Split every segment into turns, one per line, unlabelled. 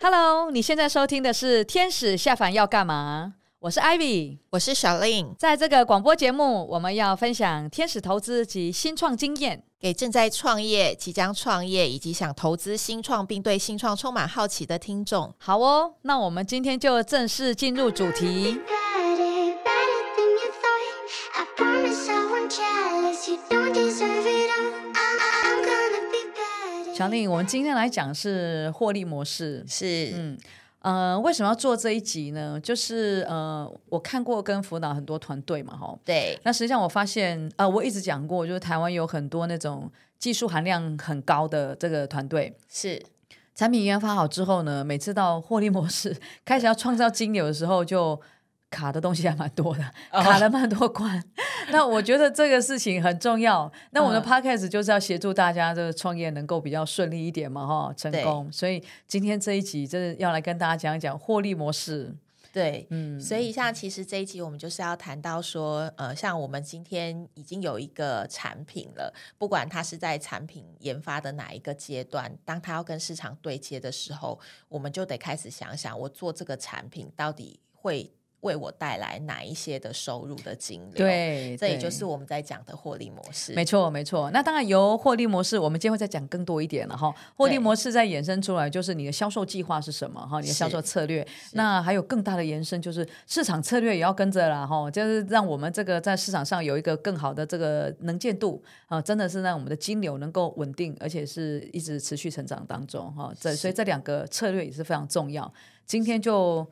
Hello，你现在收听的是《天使下凡要干嘛》，我是 Ivy。
我是小令，
在这个广播节目，我们要分享天使投资及新创经验。
给正在创业、即将创业以及想投资新创并对新创充满好奇的听众。
好哦，那我们今天就正式进入主题。
better, better than you thought. I promise I won't jealous. You don't deserve it all. I'm, I'm gonna be better.
小令，我们今天来讲是获利模式。
是，
嗯，呃，为什么要做这一集呢？就是呃，我看过跟辅导很多团队嘛，哈。
对，
那实际上我发现，呃，我一直讲过，就是台湾有很多那种技术含量很高的这个团队，
是，
产品研发好之后呢，每次到获利模式 开始要创造金流的时候，就卡的东西还蛮多的，
哦
卡了蛮多关。 那我觉得这个事情很重要。那我
嗯
们的 podcast 就是要协助大家这个创业能够比较顺利一点嘛，哈，成功。所以今天这一集真的要来跟大家讲一讲获利模式。
对。
嗯，
所以，像其实这一集我们就是要谈到说，呃，像我们今天已经有一个产品了，不管它是在产品研发的哪一个阶段，当它要跟市场对接的时候，我们就得开始想想，我做这个产品到底会为我带来哪一些的收入的金流。，
对，
这也
对
就是我们在讲的获利模式。
没错，没错。那当然由获利模式，我们今天会再讲更多一点了哈。获利
对
模式再衍生出来，就是你的销售计划是什么哈，你的销售策略。那还有更大的延伸，就是市场策略也要跟着啦哈，就是让我们这个在市场上有一个更好的这个能见度啊、真的是让我们的金流能够稳定，而且是一直持续成长当中哈。这所以这两个策略也是非常重要。今天就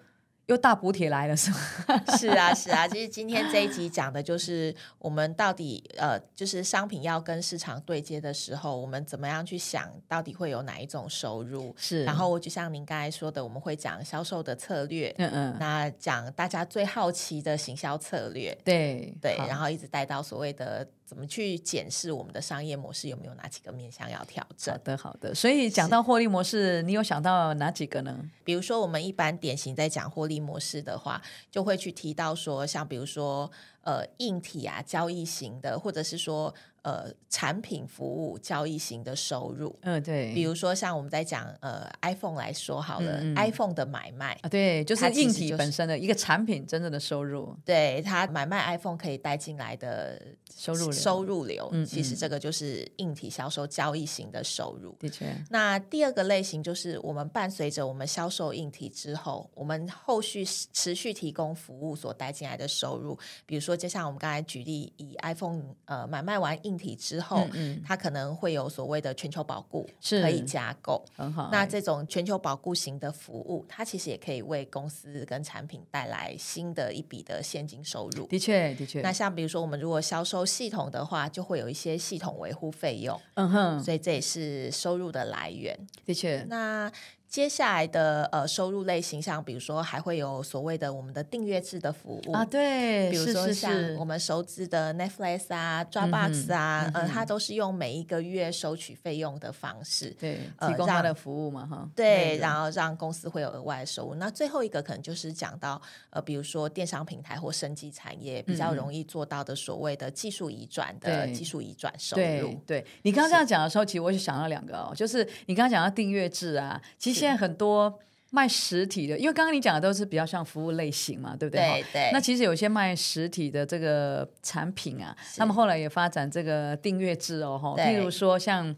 又大补铁来了是吗？
是啊，是啊，其实今天这一集讲的就是我们到底呃，就是商品要跟市场对接的时候，我们怎么样去想到底会有哪一种收入。
是
然后就像您刚才说的，我们会讲销售的策略，
嗯嗯，
那讲大家最好奇的行销策略，
对
对，
好
然后一直带到所谓的怎么去检视我们的商业模式有没有哪几个面向要调整
好。的，好的。所以讲到获利模式，你有想到哪几个呢？
比如说，我们一般典型在讲获利模式的话，就会去提到说，像比如说呃硬体啊交易型的，或者是说呃产品服务交易型的收入。
嗯，对，
比如说像我们在讲呃 iPhone 来说好了、
嗯嗯
i p h o n e 的买卖。
啊，对，就是
它其
硬
实
体
就是
本身的一个产品真正的收入
对它买卖 iPhone 可以带进来的
收入流
收入流，
嗯嗯
其实这个就是硬体销售交易型的收入。
的确
那第二个类型就是我们伴随着我们销售硬体之后，我们后续持续提供服务所带进来的收入，比如说，就像我们刚才举例，以 iPhone 呃买卖完硬体之后，
嗯嗯
它可能会有所谓的全球保固
是哎
可以加购。
很好。
那这种全球保固型的服务，它其实也可以为公司跟产品带来新的一笔的现金收入。
的确的确，
那像比如说，我们如果销售系统的话，就会有一些系统维护费用，
嗯哼，
所以这也是收入的来源。
的确
那接下来的呃收入类型，像比如说还会有所谓的我们的订阅制的服务
啊，。对，
比如
是
说
是
像
是
我们熟知的 Netflix 啊、Dropbox 啊，
嗯哼
呃，它都是用每一个月收取费用的方式，
对提
呃
供他
让
的服务嘛哈，
对，
后
然后让公司会有额外的收入。那最后一个可能就是讲到呃，比如说电商平台或生级产业比较
嗯嗯
容易做到的所谓的技术移转的
对
技术移转收
对
入，
对，你刚刚这样讲的时候，其实我就想到两个哦，就是你刚刚讲到订阅制啊，其实现在很多卖实体的，因为刚刚你讲的都是比较像服务类型嘛，对不对？哈
对对，
那其实有些卖实体的这个产品啊，
是
他们后来也发展这个订阅制哦，哈，
对
譬如说像。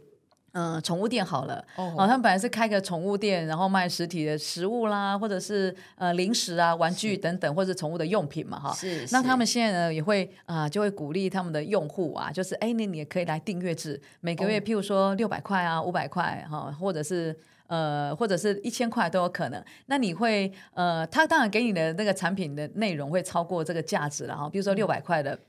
嗯，宠物店好了，
哦
他们本来是开个宠物店，然后卖实体的食物啦，或者是呃零食啊、玩具等等，或者是宠物的用品嘛，哈。
是
那
是
他们现在呢也会啊、就会鼓励他们的用户啊，就是哎，那你也可以来订阅制，每个月、
哦
譬如说六百块啊、五百块哈、或者是呃，或者是一千块都有可能。那你会呃，他当然给你的那个产品的内容会超过这个价值了哈，比
嗯
如说六百块的。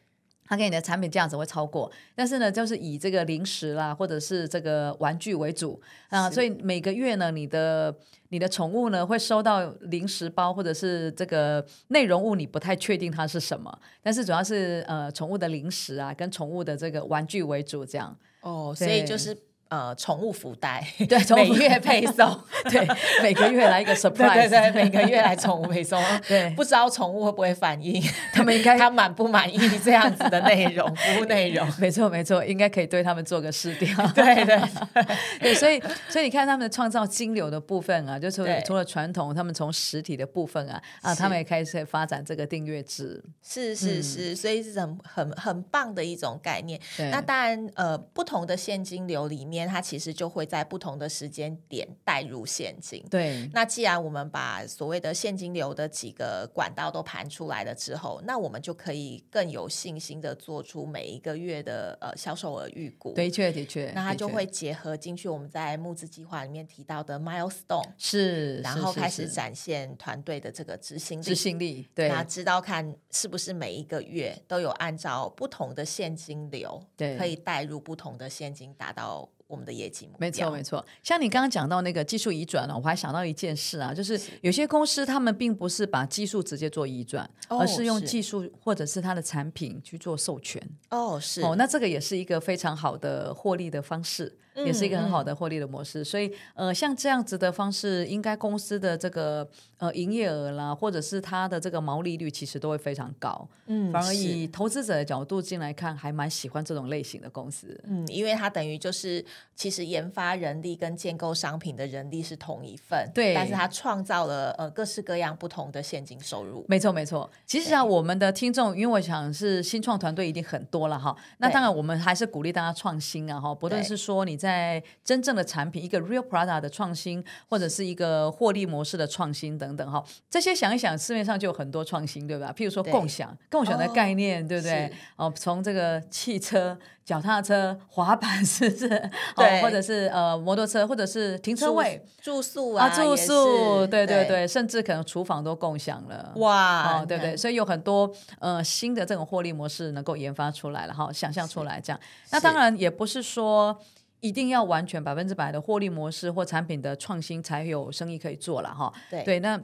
他给你的产品价值会超过，但是呢，就是以这个零食啦，或者是这个玩具为主啊，
是
所以每个月呢，你的你的宠物呢会收到零食包或者是这个内容物，你不太确定它是什么，但是主要是呃宠物的零食啊，跟宠物的这个玩具为主这样。
哦，所以
对
就是呃宠物福袋，
对，从
每
五月
月
配
配
送
送，
对，每个月来一个
对
surprise，，
对对，每个月来宠物配 送
对
不知道宠物会不会反 应，
他们应该
他满不满意这样子的内 容，服务内容，
没错没错，应该可以对他们做个试调。
对对
对，所以所以你看他们的创造金流的部分啊，就除了
对
除了传统，他们从实体的部分啊啊，
是
他们也开始发展这个订阅制。
是是
嗯
是，所以是很很很棒的一种概念。
对
那当然，呃，不同的现金流里面，它其实就会在不同的时间点带入现金。
对
那既然我们把所谓的现金流的几个管道都盘出来了之后，那我们就可以更有信心的做出每一个月的呃销售额预估。
的，确的确，
那它
的
就
确
会结合进去我们在募资计划里面提到的 milestone，
是，
然
是
后
是
开始
是
展现团队的这个执行力。
执行力，对
那知道看是不是每一个月都有按照不同的现金流，
对
可以带入不同的现金，达到我们的业绩目标。
没错，没错。像你刚刚讲到那个技术移转呢、我还想到一件事啊，就是有些公司他们并不是把技术直接做移转，
哦
而是用
是
技术或者是它的产品去做授权。
哦，是
哦，那这个也是一个非常好的获利的方式，也是一个很
嗯
好的获利的模式。所以，呃，像这样子的方式，应该公司的这个呃营业额啦，或者是它的这个毛利率，其实都会非常高。
嗯
反而
是
以投资者的角度进来看，还蛮喜欢这种类型的公司。
嗯，因为它等于就是，其实研发人力跟建构商品的人力是同一份，
对
但是它创造了呃各式各样不同的现金收入。
没错，没错。其实啊，我们的听众，因为我想是新创团队一定很多了哈。那
对
当然，我们还是鼓励大家创新啊哈。不论
对
是说你在真正的产品一个 real product 的创新，或者是一个获利模式的创新等等哈，这些想一想，市面上就有很多创新，对吧？譬如说
对
共享，共享的
哦
概念，对不对
是？
哦，从这个汽车、脚踏车、滑板，是不是？哦，
对
或者是呃摩托车，或者是停车
住
位。
住宿
啊，
啊，
住
也
宿，
是
对对
对，
对，甚至可能厨房都共享了。
哇，
哦，对不对？所以有很多呃新的这种获利模式能够研发出来了哈，想象出来这样。那当然也不是说一定要完全百分之百的获利模式或产品的创新才有生意可以做了哈。
对
对，那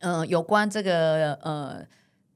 呃有关这个呃。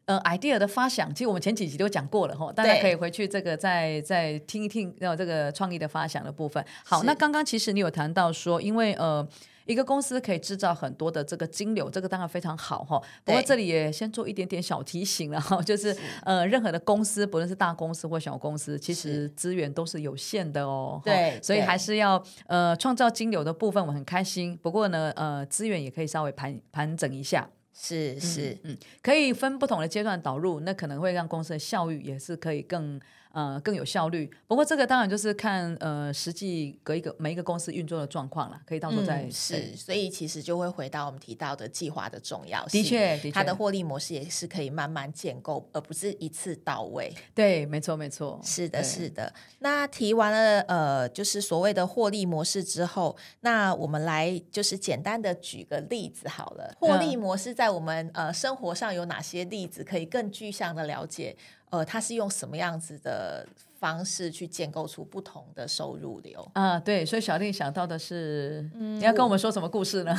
呃，idea 的发想，其实我们前几集都讲过了哈，大家
对
可以回去这个再再听一听，呃，这个创意的发想的部分。好，
是
那刚刚其实你有谈到说，因为呃，一个公司可以制造很多的这个金流，这个当然非常好哈。不过
对
这里也先做一点点小提醒了哈，就是呃，任何的公司，不论是大公司或小公司，其实
是
资源都是有限的哦。哈
对
所以
对
还是要呃创造金流的部分，我很开心。不过呢，呃，资源也可以稍微盘盘整一下。
是是，
嗯，可以分不同的阶段导入，那可能会让公司的效率也是可以更呃更有效率。不过这个当然就是看呃实际隔一个每一个公司运作的状况啦，可以到时候再、
嗯、
对
是，所以其实就会回到我们提到的计划的重要性。
的确的
它的
确
获利模式也是可以慢慢建构，而不是一次到位。
对，没错没错，
是的，
对
是的。那提完了呃，就是所谓的获利模式之后，那我们来就是简单的举个例子好了。获
嗯
利模式在我们呃生活上有哪些例子可以更具象的了解？呃，它是用什么样子的方式去建构出不同的收入流？
啊、对，所以小丽想到的是，
嗯
你要跟我们说什么故事 呢？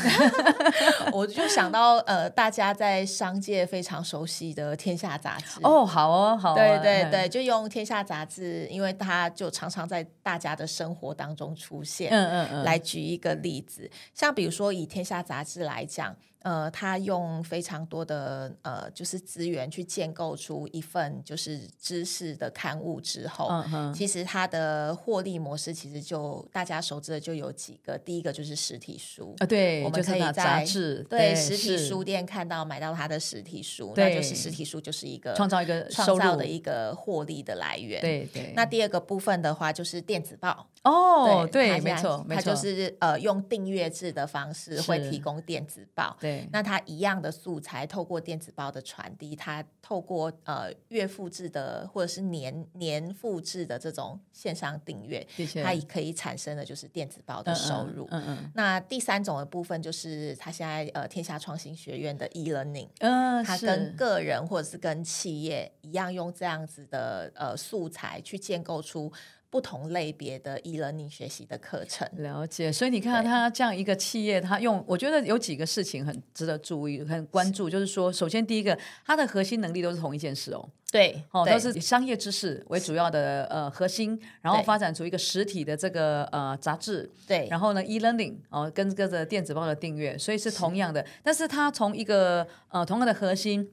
我就想到呃，大家在商界非常熟悉的《天下》杂志。
哦，好哦，好哦，
对对
嗯
对，，就用《天下》杂志，因为它就常常在大家的生活当中出现。
嗯嗯嗯，
来举一个例子，像比如说以《天下》杂志来讲，呃，它用非常多的呃，就是资源去建构出一份就是知识的刊物之后，
嗯哼，
其实它的获利模式其实就大家熟知的就有几个，第一个就是实体书，
啊，对，
我们
就是
可以
那
在
杂志，
对实体
是
书店看到买到它的实体书，
对
那就是实体书就是一个
创造一个收
创造
入
的，一个获利的来源。，
对对，
那第二个部分的话就是电子报，
哦，
它
对，
现
没
在
错，没
它
错，
就是呃用订阅制的方式会
是
提供电子报。
对，
那它一样的素材，透过电子报的传递，它透过呃月复制的或者是年年复制的这种线上订阅，
的确，
它也可以产生的就是电子报的
嗯
收入。
嗯嗯
那第三种的部分就是它现在呃天下创新学院的 e-learning，
嗯，
它
呃，
跟
是，
个人或者是跟企业一样，用这样子的呃素材去建构出不同类别的 e-learning 学习的课程。
了解，所以你看
对
他这样一个企业，他用我觉得有几个事情很值得注意、很关注，就是说，首先第一个，它的核心能力都是同一件事哦，
对，
哦，
对
都是以商业知识为主要的呃核心，然后
对
发展出一个实体的这个呃杂志，
对，
然后呢，e-learning 哦，跟跟着电子报的订阅，所以是同样的，但是它从一个呃同样的核心。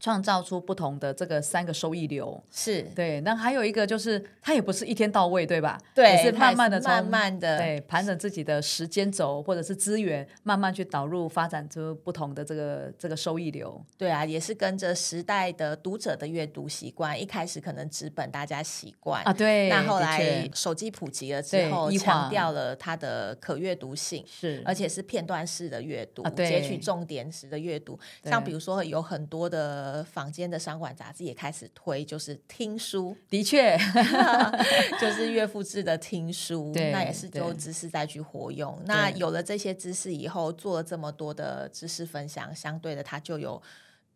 创造出不同的这个三个收益流，
是
对。那还有一个就是，它也不是一天到位，对吧？
对，
也是慢
它也
慢的、
慢慢的，
对盘整自己的时间轴或者是资源，慢慢去导入发展出不同的这个这个收益流。
对啊，也是跟着时代的读者的阅读习惯，一开始可能纸本大家习惯
啊，。对，
那后
的
来
确
手机普及了之
对
后，
异
强
化
调了它的可阅读性，
是
而且是片段式的阅读，
啊对
截取重点式的阅读。
对
像比如说，有很多的坊间的商管杂志也开始推，就是听书，
的确
就是岳父制的听书，
对
那也是就
对
知识再去活用。那
对
有了这些知识以后，做了这么多的知识分享，相对的它就有。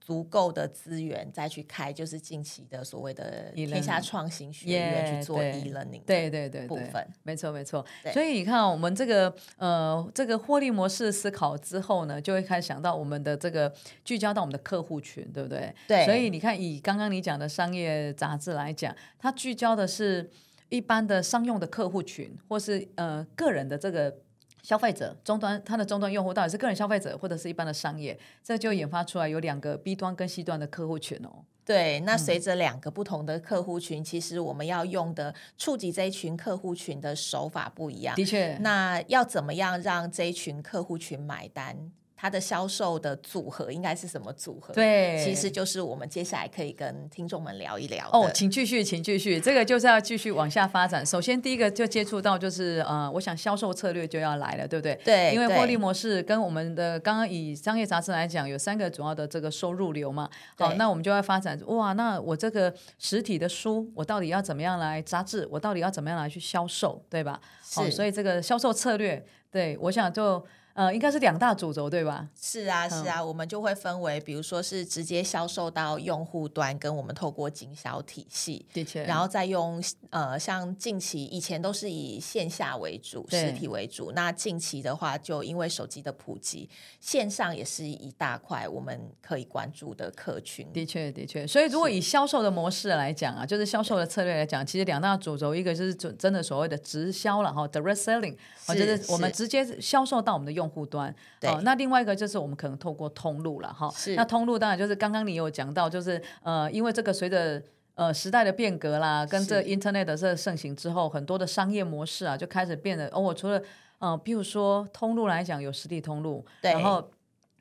足够的资源再去开，就是近期的所谓的
E-learning
天下创新学院
，e- Yeah，
去做
对
e learning
对对对
部
对
分，
没错没错
对。
所以你看，我们这个呃这个获利模式思考之后呢，就会开始想到我们的这个聚焦到我们的客户群，对不对？
对
所以你看，以刚刚你讲的商业杂志来讲，它聚焦的是一般的商用的客户群，或是呃个人的这个。消费者终端，它的终端用户到底是个人消费者，或者是一般的商业，这就研发出来有两个 B 端跟 C 端的客户群哦。
对，那随着两个不同的客户群，其实我们要用的触及这一群客户群的手法不一样。
的确，
那要怎么样让这一群客户群买单？它的销售的组合应该是什么组合？，
对，
其实就是我们接下来可以跟听众们聊一聊的
哦，请继续，请继续，这个就是要继续往下发展。首先，第一个就接触到就是呃，我想销售策略就要来了，对不对？
对
因为
对
获利模式跟我们的刚刚以商业杂志来讲，有三个主要的这个收入流嘛。好，
对
那我们就要发展哇，那我这个实体的书，我到底要怎么样来杂志，我到底要怎么样来去销售，对吧？好、
是
所以这个销售策略，对我想就呃，应该是两大主轴，对吧？
是啊，是
嗯
啊，我们就会分为，比如说是直接销售到用户端，跟我们透过经销体系，
的确，
然后再用呃，像近期以前都是以线下为主、
对
实体为主，那近期的话，就因为手机的普及，线上也是一大块我们可以关注的客群。
的确，的确，所以如果以销售的模式来讲啊，就是销售的策略来讲，其实两大主轴，一个就是准真的所谓的直销了哈，direct selling，哦，
是
就是我们
是
直接销售到我们的用户端。
对
哦，那另外一个就是我们可能透过通路了哈。
是
那通路当然就是刚刚你有讲到，就是呃，因为这个随着呃时代的变革啦，跟这
是
Internet 的这个盛行之后，很多的商业模式啊就开始变得哦，我除了呃，譬如说通路来讲，有实体通路，
对
然后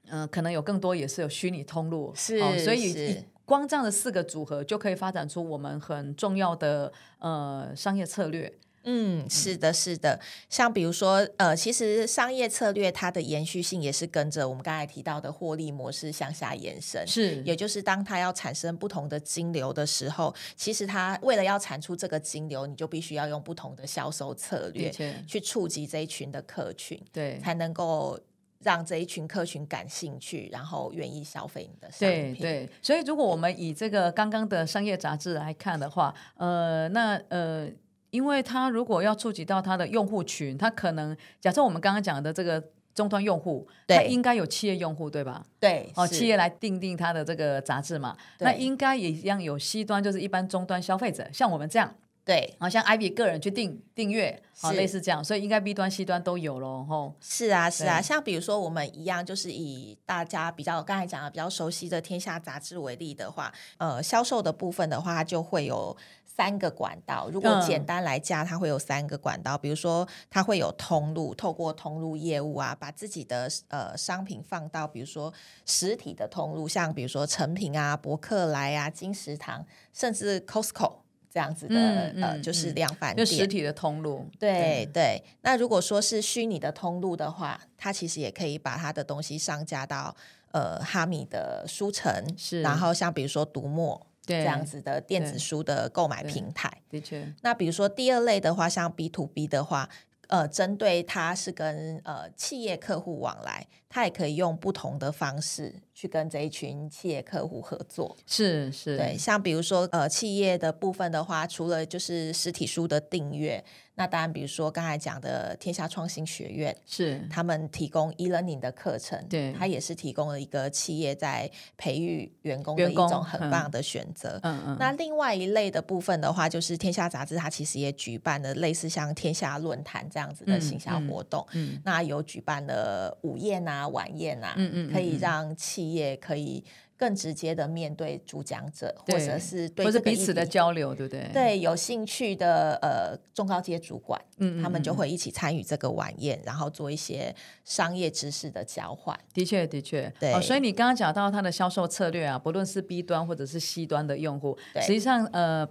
嗯、呃可能有更多也是有虚拟通路，
是
哦所以
是
以光这样的四个组合就可以发展出我们很重要的呃商业策略。
嗯，是的，是的。像比如说，呃，其实商业策略它的延续性也是跟着我们刚才提到的获利模式向下延伸。
是
也就是当它要产生不同的金流的时候，其实它为了要产出这个金流，你就必须要用不同的销售策
的
略
确，
去触及这一群的客群，
对。
才能够让这一群客群感兴趣，然后愿意消费你的商
对
品。
对，所以如果我们以这个刚刚的商业杂志来看的话，呃，那呃，因为它如果要触及到它的用户群，它可能假设我们刚刚讲的这个终端用户，它
对
应该有企业用户对吧？
对，
哦，
是
企业来定定它的这个杂志嘛，那
对
应该也一样有 C 端，就是一般终端消费者，像我们这样，
对
好像 Ivy 个人去订订阅，好
是
类似这样，所以应该 B 端 C 端都有咯。吼。
是啊，是啊，
对
像比如说我们一样，就是以大家比较刚才讲的比较熟悉的《天下》杂志为例的话，呃，销售的部分的话，它就会有三个管道。如果
嗯
简单来讲，它会有三个管道，比如说它会有通路，透过通路业务啊，把自己的呃商品放到比如说实体的通路，像比如说成品啊、博客来啊、金石堂，甚至 Costco 这样子的、
嗯嗯
呃，就是
嗯
量贩
就
店。
实体的通路，
对
嗯
对，那如果说是虚拟的通路的话，它其实也可以把它的东西上架到呃哈米的书城，
是
然后像比如说读墨
对
这样，子的电
对
子书的购买
对
平台。
的确，
那比如说第二类的话，像 B to B 的话，呃，针对它是跟呃企业客户往来，它也可以用不同的方式去跟这一群企业客户合作。
是是，
对，像比如说呃，企业的部分的话，除了就是实体书的订阅，那当然，比如说刚才讲的天下创新学院，
是
他们提供 e-learning 的课程，
对
它也是提供了一个企业在培育员工的
员
一
工
种很
嗯
棒的选择。
嗯嗯，
那另外一类的部分的话，就是天下杂志，它其实也举办了类似像天下论坛这样子的
嗯
行销
嗯
活动。
嗯
那有举办了午宴啊、晚宴啊，
嗯嗯嗯
可以
嗯
让企业可以更直接的面对主讲者，或者
对
是对
或者
这个
彼
议
此的
题
交流，对不对？，
对有兴趣的呃中高阶主管，
嗯嗯
他们就
嗯
会一起参与这个晚宴，然后做一些商业知识的交换。
的确，的确，
对
哦，所以你刚刚讲到它的销售策略啊，不论是 B 端或者是 C 端的用户，
对
实际上，呃，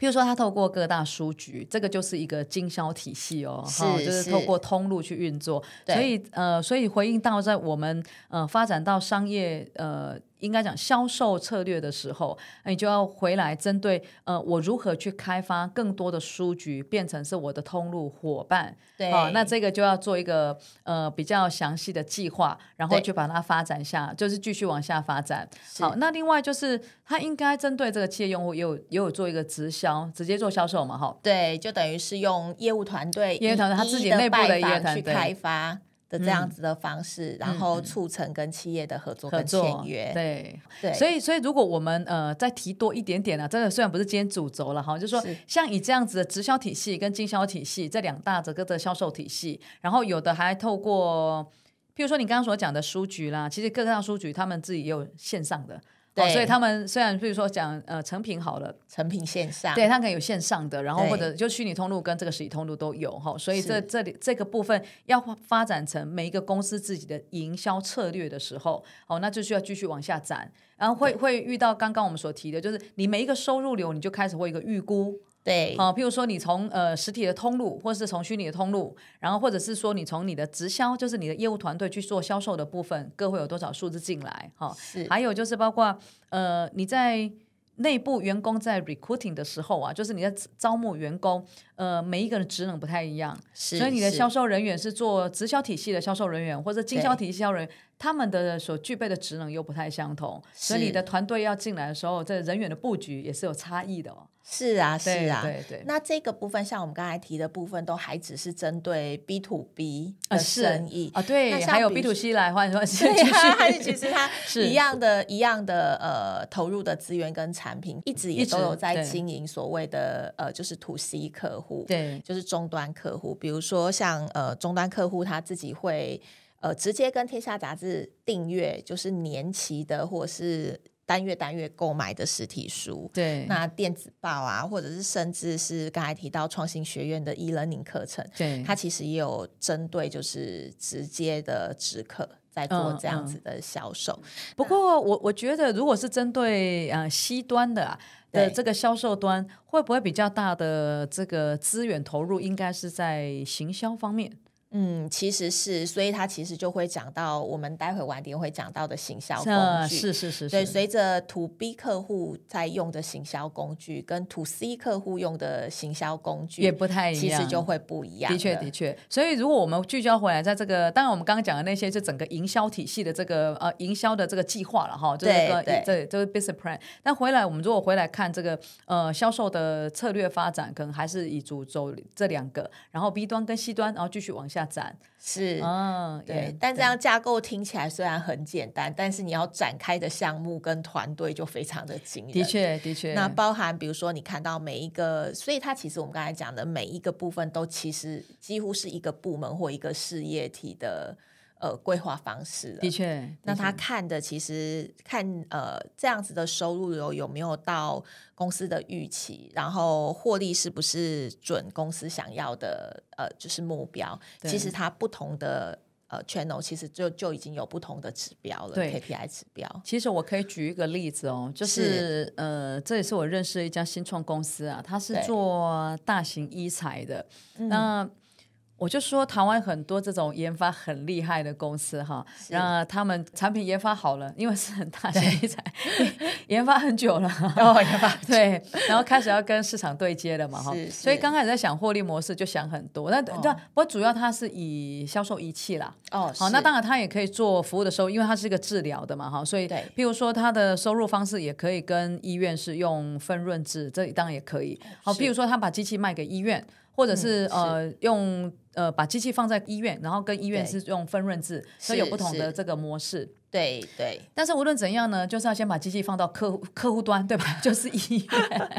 譬如说，它透过各大书局，这个就是一个经销体系哦，
是
哈就是
是
透过通路去运作。
对
所以，呃，所以回应到在我们呃发展到商业呃。应该讲销售策略的时候，呃你就要回来针对呃，我如何去开发更多的书局，变成是我的通路伙伴，
对，
哦，那这个就要做一个呃比较详细的计划，然后
对
就把它发展下，就是继续往下发展。
是
好，那另外就是它应该针对这个企业用户也有也有做一个直销，直接做销售嘛，哈。
对，就等于是用业务团队
业务团队
一
他自己
一一地
内部的
拜访
业务团队嗯
去开发的这样子的方式，然后促成跟企业的合作
合
跟
作
签约。
对，
对，
所
以
以所以如果我们呃再提多一点点啊，这个虽然不是今天主轴了哈，就是说
是
像以这样子的直销体系跟经销体系这两大这个的销售体系，然后有的还透过。譬如说你刚刚所讲的书局啦，其实各大书局他们自己也有线上的，哦
对，
所以他们虽然比如说讲呃成品好了，
成品线上
对，它可以有线上的，然后
对
或者就虚拟通路跟这个实体通路都有哈，所以
是
这这里这个部分要发发展成每一个公司自己的营销策略的时候，哦，那就需要继续往下展，然后会会遇到刚刚我们所提的，就是你每一个收入流你就开始会有一个预估，
对
哦，譬如说你从呃实体的通路，或是从虚拟的通路，然后或者是说你从你的直销，就是你的业务团队去做销售的部分，各会有多少数字进来哈、
是
还有就是包括呃你在。内部员工在 recruiting 的时候啊，就是你在招募员工，呃，每一个人职能不太一样，
是，
所以你的
是
销售人员是做直销体系的销售人员，或者经销
对
体系销售人员，他们的所具备的职能又不太相同，所以
是
你的团队要进来的时候，这人员的布局也是有差异的哦。
是啊是
对
啊。
对对。
那这个部分，像我们刚才提的部分，都还只是针对 B to B
啊
的
是
生意
啊，对
那，像
还有
比
B
如
to C 来换算是
对
继
啊，它
续，
其实它
是
一样的、一样的呃投入的资源跟产品，一直
一
也
直
都有在
对
经营所谓的呃就是 to C 客户，，
对
就是终端客户。比如说像呃终端客户他自己会呃直接跟天下杂志订阅，就是年期的或是单月单月购买的实体书。
对
那电子报啊，或者是甚至是刚才提到创新学院的 e-learning 课程，
对，
它其实也有针对就是直接的直客在做
嗯
这样
嗯
子的销售，
不过我我觉得，如果是针对呃 C 端的啊的
对
这个销售端，会不会比较大的这个资源投入应该是在行销方面？
嗯其实是，所以它其实就会讲到我们待会晚点会讲到的行销
呃
工具。
是是是
对，
是，
随着 to B 客户在用的行销工具跟 to C 客户用的行销工具
也不太一
其
样，
实就会不一样了。
的确，的确。所以，如果我们聚焦回来，在这个，当然我们刚刚讲的那些，就整个营销体系的这个呃营销的这个计划了哈，就是
对
说
对
这就是 business plan。但回来，我们如果回来看这个呃销售的策略发展，可能还是以主轴这两个，然后 B 端跟 C 端，然后继续往下展。
是。
嗯，
对
也，
但这样架构听起来虽然很简单，但是你要展开的项目跟团队就非常的惊人。
的确的确，
那包含比如说你看到每一个，所以它其实我们刚才讲的每一个部分都其实几乎是一个部门或一个事业体的呃规划方式了
的确，
那
的确
他看的其实看呃这样子的收入有有没有到公司的预期，然后获利是不是准公司想要的呃就是目标。
对
其实它不同的呃 channel 其实就就已经有不同的指标了
对
，KPI 指标。
其实我可以举一个例子哦，就是呃，这也是我认识的一家新创公司啊，它是
对嗯
做大型医材的。那我就说台湾很多这种研发很厉害的公司哈，那他们产品研发好了，因为是很大型医材，研发很久了，
哦，研发
对，然后开始要跟市场对接了嘛，哈
是，
所以
是
刚开始在想获利模式就想很多，那
哦
那不过主要它是以销售仪器啦，
哦，
好，
是
那当然他也可以做服务的收入，因为它是一个治疗的嘛，哈，所以
对
譬如说他的收入方式也可以跟医院是用分润制，这当然也可以。好，
是
譬如说他把机器卖给医院。或者是、
嗯
呃用呃把机器放在医院，然后跟医院
对
是用分润制，所以有
是
不同的
是
这个模式。
对对，
但是无论怎样呢，就是要先把机器放到客户客户端， 对吧？就是医院。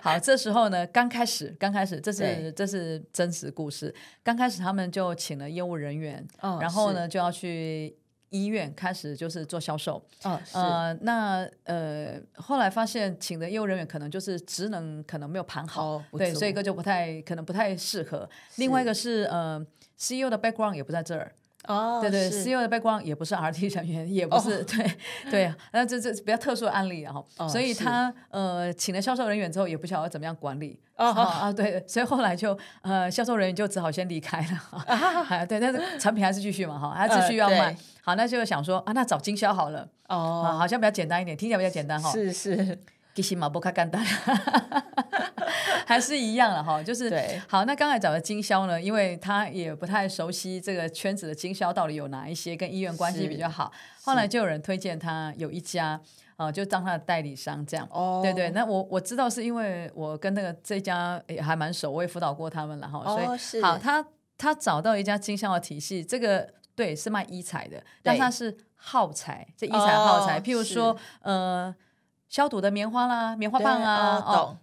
好，这时候呢，刚开始，刚开始，这是
对
这是真实故事。刚开始他们就请了业务人员，
哦
然后呢就要去医院开始就是做销售。
是哦是、
呃，那呃，后来发现请的业务人员可能就是职能可能没有盘好，
哦不
对，
足
所以个就不太可能不太适合。另外一个是呃，CEO 的 background 也不在这儿，
哦
对对
是
，CEO 的背光也不是 RT 成员，也不是、对对啊，那这这比较特殊的案例啊哈、
哦
所以
是
他呃请了销售人员之后，也不晓得怎么样管理。
哦
啊啊，对，所以后来就呃，销售人员就只好先离开了。 啊，对，但是产品还是继续嘛哈，还继续要
呃对
卖。好，那就想说啊，那找经销好了，啊，
哦
好像比较简单一点，听起来比较简单哈。
是是
其实嘛，不卡干单， 还是一样了哈。就是
对
好，那刚才讲的经销呢，因为他也不太熟悉这个圈子的经销到底有哪一些，跟医院关系
是
比较好。后来就有人推荐他有一家，呃，就当他的代理商这样。
哦
对对，那我我知道是因为我跟那个这家也还蛮熟，我也辅导过他们了哈，
哦
所以
是
好，他他找到一家经销的体系，这个对是卖医材的，但
对
他是耗材，这医材耗材，
哦
譬如说呃消毒的棉花啦、棉花棒啊，
对哦懂、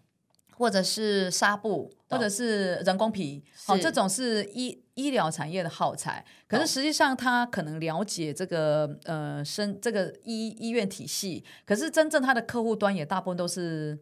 或者是纱布，或
懂
者是人工皮，好、
哦是哦
这种是医医疗产业的耗材。可是
懂
实际上，他可能了解这个呃生这个医医院体系，可是真正他的客户端也大部分都是，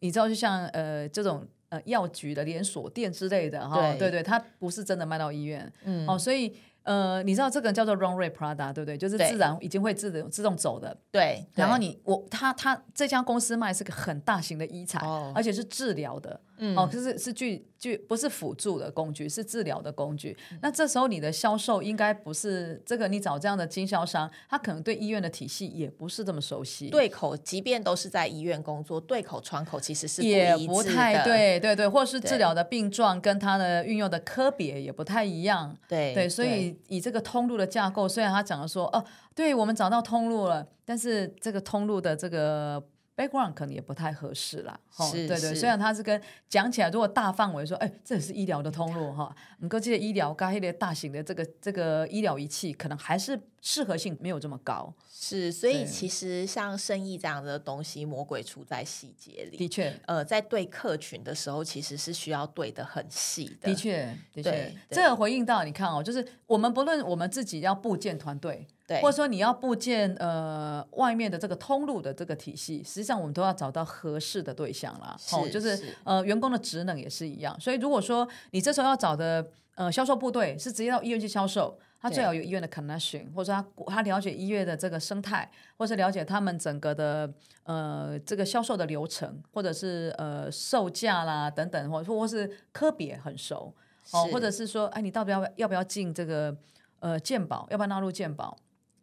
你知道，就像呃这种。呃，药局的连锁店之类的哈，
对
对对，他不是真的卖到医院，
嗯
哦，所以呃，你知道这个叫做 run rate Prada，对不对？就是
对
自然已经会自动自动走的，
对，
然后
对
你我他他这家公司卖是个很大型的医材，
哦
而且是治疗的，
嗯
哦，就是是具具不是辅助的工具，是治疗的工具。
嗯
那这时候你的销售应该不是这个，你找这样的经销商，他可能对医院的体系也不是这么熟悉，，
对口，即便都是在医院工作，对口窗口其实是
也
一
不
致
太
的，
对，对对，或是治
对
疗的病状跟他的运用的科别也不太一样，
对
对，所以以这个通路的架构，虽然他讲的说哦，对我们找到通路了，但是这个通路的这个 background 可能也不太合适啦。吼
是
对对，
是
虽然他是跟讲起来，如果大范围说，哎，这也是医疗的通路哈，你过这些医疗加一些大型的这个这个医疗仪器，可能还是适合性没有这么高。
是，所以
对
其实像生意这样的东西，魔鬼出在细节
的
里。
确，
呃，在对客群的时候，其实是需要对的很细的。
的，确，的确
对，
这个回应到你看哦，就是我们不论我们自己要部建团队，
对，
或者说你要部建呃外面的这个通路的这个体系，实际上我们都要找到合适的对象啦。哦，
是
就是
是
呃员工的职能也是一样，所以如果说你这时候要找的呃销售部队是直接到医院去销售。他最
对
好有医院的 connection，或者说他他了解医院的这个生态，或是了解他们整个的呃这个销售的流程，或者是呃售价啦等等，或或是科别很熟哦，
是
或者是说哎你到底要不要要不要进这个呃健保，要不要纳入健保？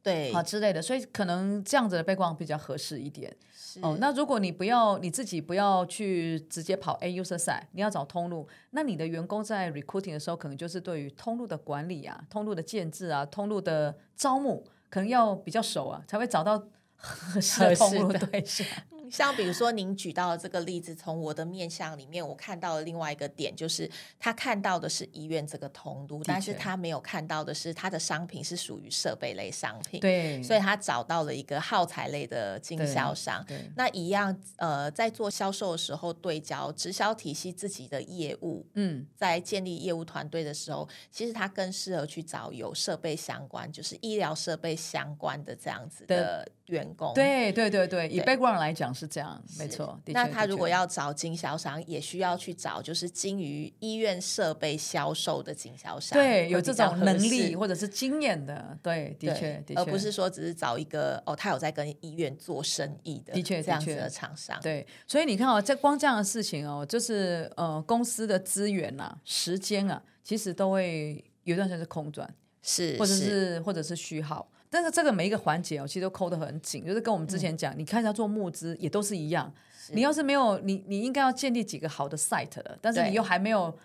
对
啊之类的，所以可能这样子的背光比较合适一点。
是
哦，那如果你不要你自己不要去直接跑 A user side，你要找通路，那你的员工在 recruiting 的时候，可能就是对于通路的管理啊、通路的建制啊、通路的招募，可能要比较熟啊，才会找到合适的
合
通
适
路
的
对 象。
像比如说您举到的这个例子，从我的面相里面，我看到了另外一个点，就是他看到的是医院这个通路，但是
确
他没有看到的是他的商品是属于设备类商品。
对，
所以他找到了一个耗材类的经销商。
对
那一样，呃，在做销售的时候，对焦直销体系自己的业务，
嗯，
在建立业务团队的时候，其实他更适合去找有设备相关，就是医疗设备相关的这样子的员工。。
对对对对，以
对
background 来讲是这样，没错。的
那
确
他
的
如
确
果要找经销商，也需要去找就是精于医院设备销售的经销商，
对
会
有
比
这
较
种
合
能
适
力或者是经验的，对，的
对
确，的确，
而不是说只是找一个哦，他有在跟医院做生意的，
的确的
这样子
确
的厂商，
对，所以你看哦，这光这样的事情哦，就是呃，公司的资源啊、时间啊，其实都会有一段时间是空转，
是
或者是或者是虚耗。但是这个每一个环节哦，其实都抠得很紧，就是跟我们
嗯
之前讲，你开始要做募资也都是一样。你要是没有你，你应该要建立几个好的 site 的，但是
对
你又还没有，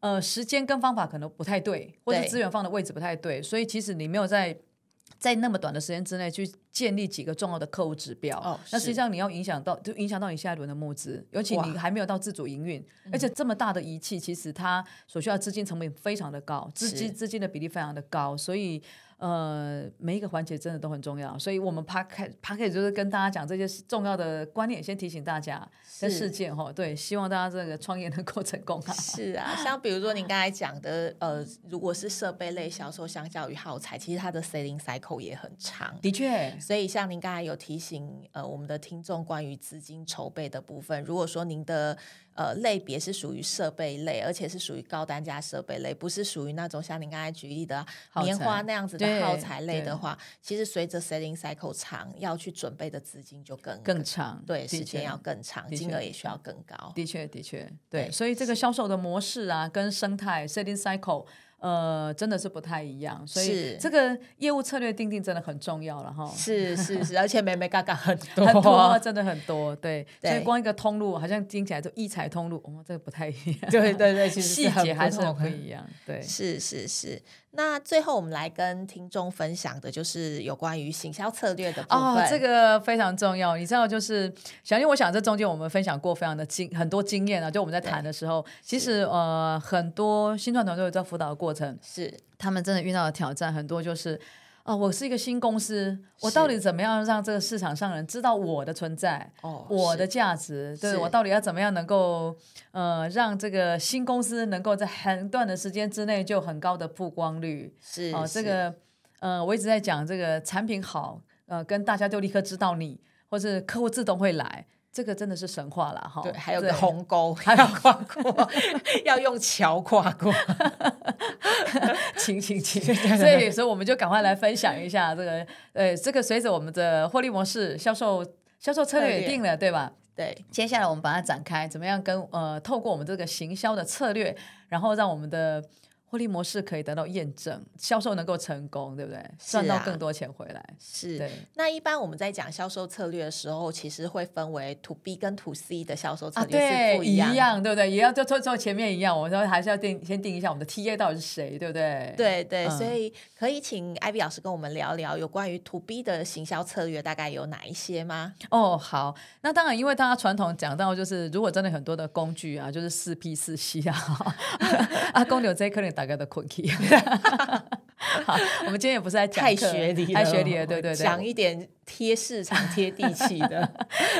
呃，时间跟方法可能不太对，或者
对
资源放的位置不太对，所以其实你没有在在那么短的时间之内去建立几个重要的客户指标，
哦
那实际
是
上你要影响到，就影响到你下一轮的募资，尤其
哇嗯
你还没有到自主营运，而且这么大的仪器，其实它所需要资金成本非常的高，资
是
金资金的比例非常的高，所以呃，每一个环节真的都很重要，所以我们 p a c k e t p a c k e t 就是跟大家讲这些重要的观念，先提醒大家跟
是
事件哈，对，希望大家这个创业能够成功啊。
是啊，像比如说您刚才讲的，呃，如果是设备类销售，相较于耗材，其实它的 selling cycle 也很长。
的确，
所以，像您刚才有提醒呃我们的听众关于资金筹备的部分，如果说您的呃类别是属于设备类，而且是属于高单价设备类，不是属于那种像您刚才举例的
耗材
棉花那样子的
对
耗材类
对
的话，其实随着 selling cycle 长，要去准备的资金就更
更长，
对
的
时间
确
要更长，
的
金
确
额也需要更高。
的确，的确，对，
对
所以这个销售的模式啊，跟生态 setting cycle，呃，真的是不太一样，所以
是
这个业务策略定定真的很重要了哈。
是是是，而且美美嘎嘎很多，
很多真的很多，对，
对
所以光一个通路好像听起来就一财通路，哦，这个不太一样，
对对对，其实
细
很
节还是
同
很不
的
一样，对，
是是是，那最后我们来跟听众分享的就是有关于行销策略的部分。
哦，这个非常重要。你知道，就是小因为我想这中间我们分享过非常的经很多经验啊，就我们在谈的时候，其实呃很多新创团队在辅导的过程，
是
他们真的遇到的挑战很多，就是啊、我是一个新公司，我到底怎么样让这个市场上人知道我的存在？
哦
我的
是
价值，对
是
我到底要怎么样能够，呃，让这个新公司能够在很短的时间之内就很高的曝光率？
是
哦，
是
这个，呃，我一直在讲这个产品好，呃，跟大家就立刻知道你，或是客户自动会来，这个真的是神话了哈。
对，还有
对
个鸿沟 要跨 过，要用桥跨过。
请请请，所以所以我们就赶快来分享一下这个，呃，这个随着我们的获利模式、销售销售策略也定了，对吧？
对，
接下来我们把它展开，怎么样跟呃，透过我们这个行销的策略，然后让我们的获利模式可以得到验证，销售能够成功，对不对？
是啊
赚到更多钱回来，
是。
对。
那一般我们在讲销售策略的时候，其实会分为 to B 跟 to C 的销售
啊，
策略是
对，
不
一
样的。
样，对不对？也要就就就前面一样，我们说还是要定先定一下我们的 TA 到底是谁，对不对？，
对对，所
嗯
以可以请艾比老师跟我们聊聊有关于 to B 的行销策略，大概有哪一些吗？
哦，好，那当然，因为大家传统讲到，就是如果真的很多的工具啊，就是四 P 四 C 啊， 阿公牛这一刻你大概都困起。 好，我们今天也不是在讲
太
课
学理了，
太学理了，对对对，
讲一点贴 市场、贴地气的，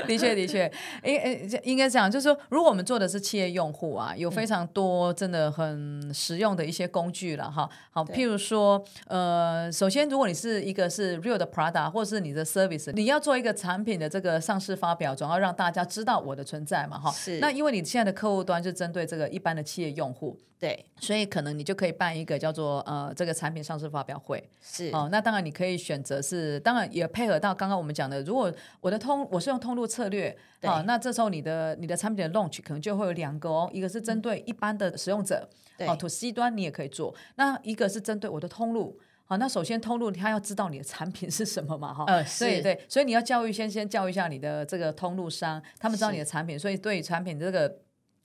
的确，的确，诶诶，这应该这样，就是说，如果我们做的是企业用户啊，
嗯
有非常多真的很实用的一些工具了哈。好，
对
譬如说，呃，首先，如果你是一个是 real 的 Prada 或是你的 service，你要做一个产品的这个上市发表，总要让大家知道我的存在嘛哈。
是
那因为你现在的客户端是针对这个一般的企业用户，
对，
所以可能你就可以办一个叫做呃这个产品上市发表会。
是
哦，那当然你可以选择是，当然也配合到刚刚我们讲的，如果我的通我是用通路策略，
对
哦，那这时候你的你的产品的 launch 可能就会有两个哦，一个是针对一般的使用者，
嗯对
哦，to C 端你也可以做，那一个是针对我的通路。好，那首先通路他要知道你的产品是什么嘛，哈、
呃
对
是
对，所以你要教育先先教育一下你的这个通路商，他们知道你的产品，所以对于产品这个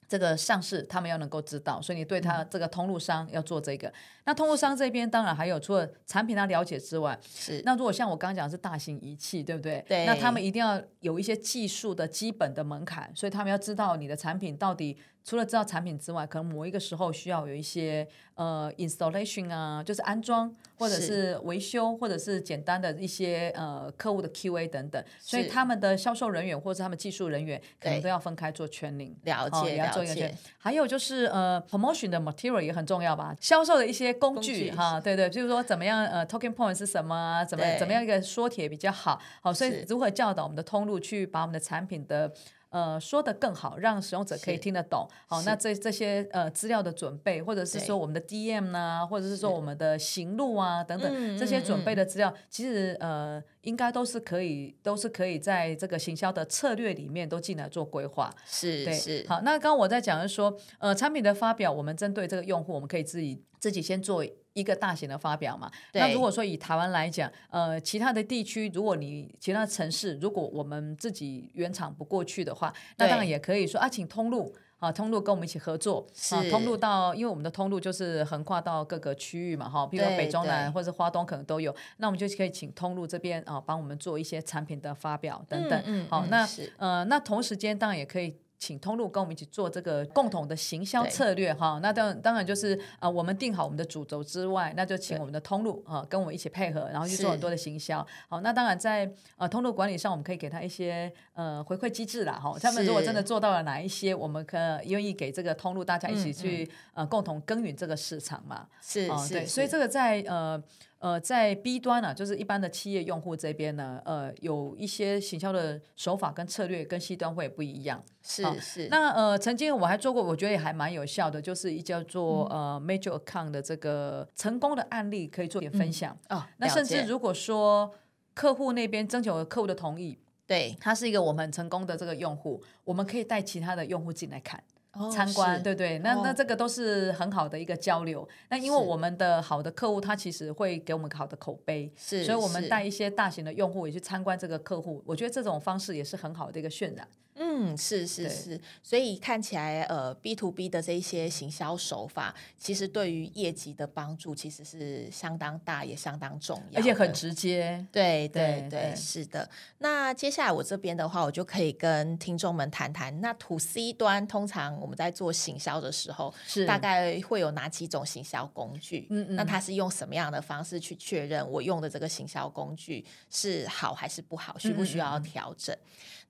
这个上市，他们要能够知道，所以你对他这个通路商要做这个。那通路商这边当然还有除了产品他了解之外，
是
那如果像我刚刚讲的是大型仪器，对不对？
对
那他们一定要有一些技术的基本的门槛，所以他们要知道你的产品到底除了知道产品之外，可能某一个时候需要有一些呃 installation 啊，就是安装或者
是
是维修，或者是简单的一些呃客户的 QA 等等。所以
是
他们的销售人员或者他们技术人员可能
对
都要分开做 training。
了
哦，
解
也要
了
做一个
解
training，还有就是呃，promotion 的 material 也很重要吧，销售的一些工
工
具
具
哈，对对，比如说怎么样呃，token point 是什么啊，怎么
对
怎么样一个说帖比较好，好，所以
是
如何教导我们的通路去把我们的产品的。呃，说的更好，让使用者可以
是
听得懂。好，
是
那这这些呃资料的准备，或者是
对
说我们的 DM 呐、或者是说我们的行路啊等等，
嗯
这些
嗯
准备
嗯
的资料，其实呃应该都是可以，都是可以在这个行销的策略里面都进来做规划。
是
对，
是
好，那刚刚我在讲的是说，呃，产品的发表，我们针对这个用户，我们可以自己自己先做一个大型的发表嘛。那
对
如果说以台湾来讲，呃，其他的地区，如果你其他城市，如果我们自己原厂不过去的话，那
对
当然也可以说啊，请通路。啊，通路跟我们一起合作，啊
是
通路到，因为我们的通路就是横跨到各个区域嘛，哈，比如说
对
北中南
对
或者花东可能都有，那我们就可以请通路这边啊，帮我们做一些产品的发表等等，
嗯嗯
好，
嗯
那
是
呃，那同时间当然也可以。请通路跟我们一起做这个共同的行销
对
策略哈，那当然当然就是呃，我们定好我们的主轴之外，那就请
对
我们的通路啊、呃跟我们一起配合，然后去
是
做很多的行销。好，那当然在呃通路管理上，我们可以给他一些呃回馈机制啦哈。他们如果
是
真的做到了哪一些，我们可愿意给这个通路大家一起
嗯
去、呃共同耕耘这个市场嘛。
是
哦，
是
对，所以
是
这个在呃呃在 B 端呢、就是一般的企业用户这边呢，呃，有一些行销的手法跟策略跟 C 端会不一样。好
是是
那呃，曾经我还做过，我觉得也还蛮有效的，就是一叫做、
嗯
呃 major account 的这个成功的案例可以做点分享。
哦，
那
了
甚至
解
如果说客户那边征求客户的同意，
对
他是一个我们很成功的这个用户，我们可以带其他的用户进来看。
哦
参观，
是
对不对？那、那
哦
这个都是很好的一个交流。那因为
是
我们的好的客户，他其实会给我们好的口碑，
是，
所以我们
是
带一些大型的用户也去参观这个客户，我觉得这种方式也是很好的一个渲染。
嗯，是
对
是是，所以看起来呃，B to B 的这一些行销手法，其实对于业绩的帮助其实是相当大，也相当重要，
而且很。直接。
对
对
对
对
对，是的。那接下来我这边的话，我就可以跟听众们谈谈，那 to C 端通常我们在做行销的时候，
是
大概会有哪几种行销工具？
嗯嗯
那它是用什么样的方式去确认我用的这个行销工具是好还是不好，需
嗯
不需要调整？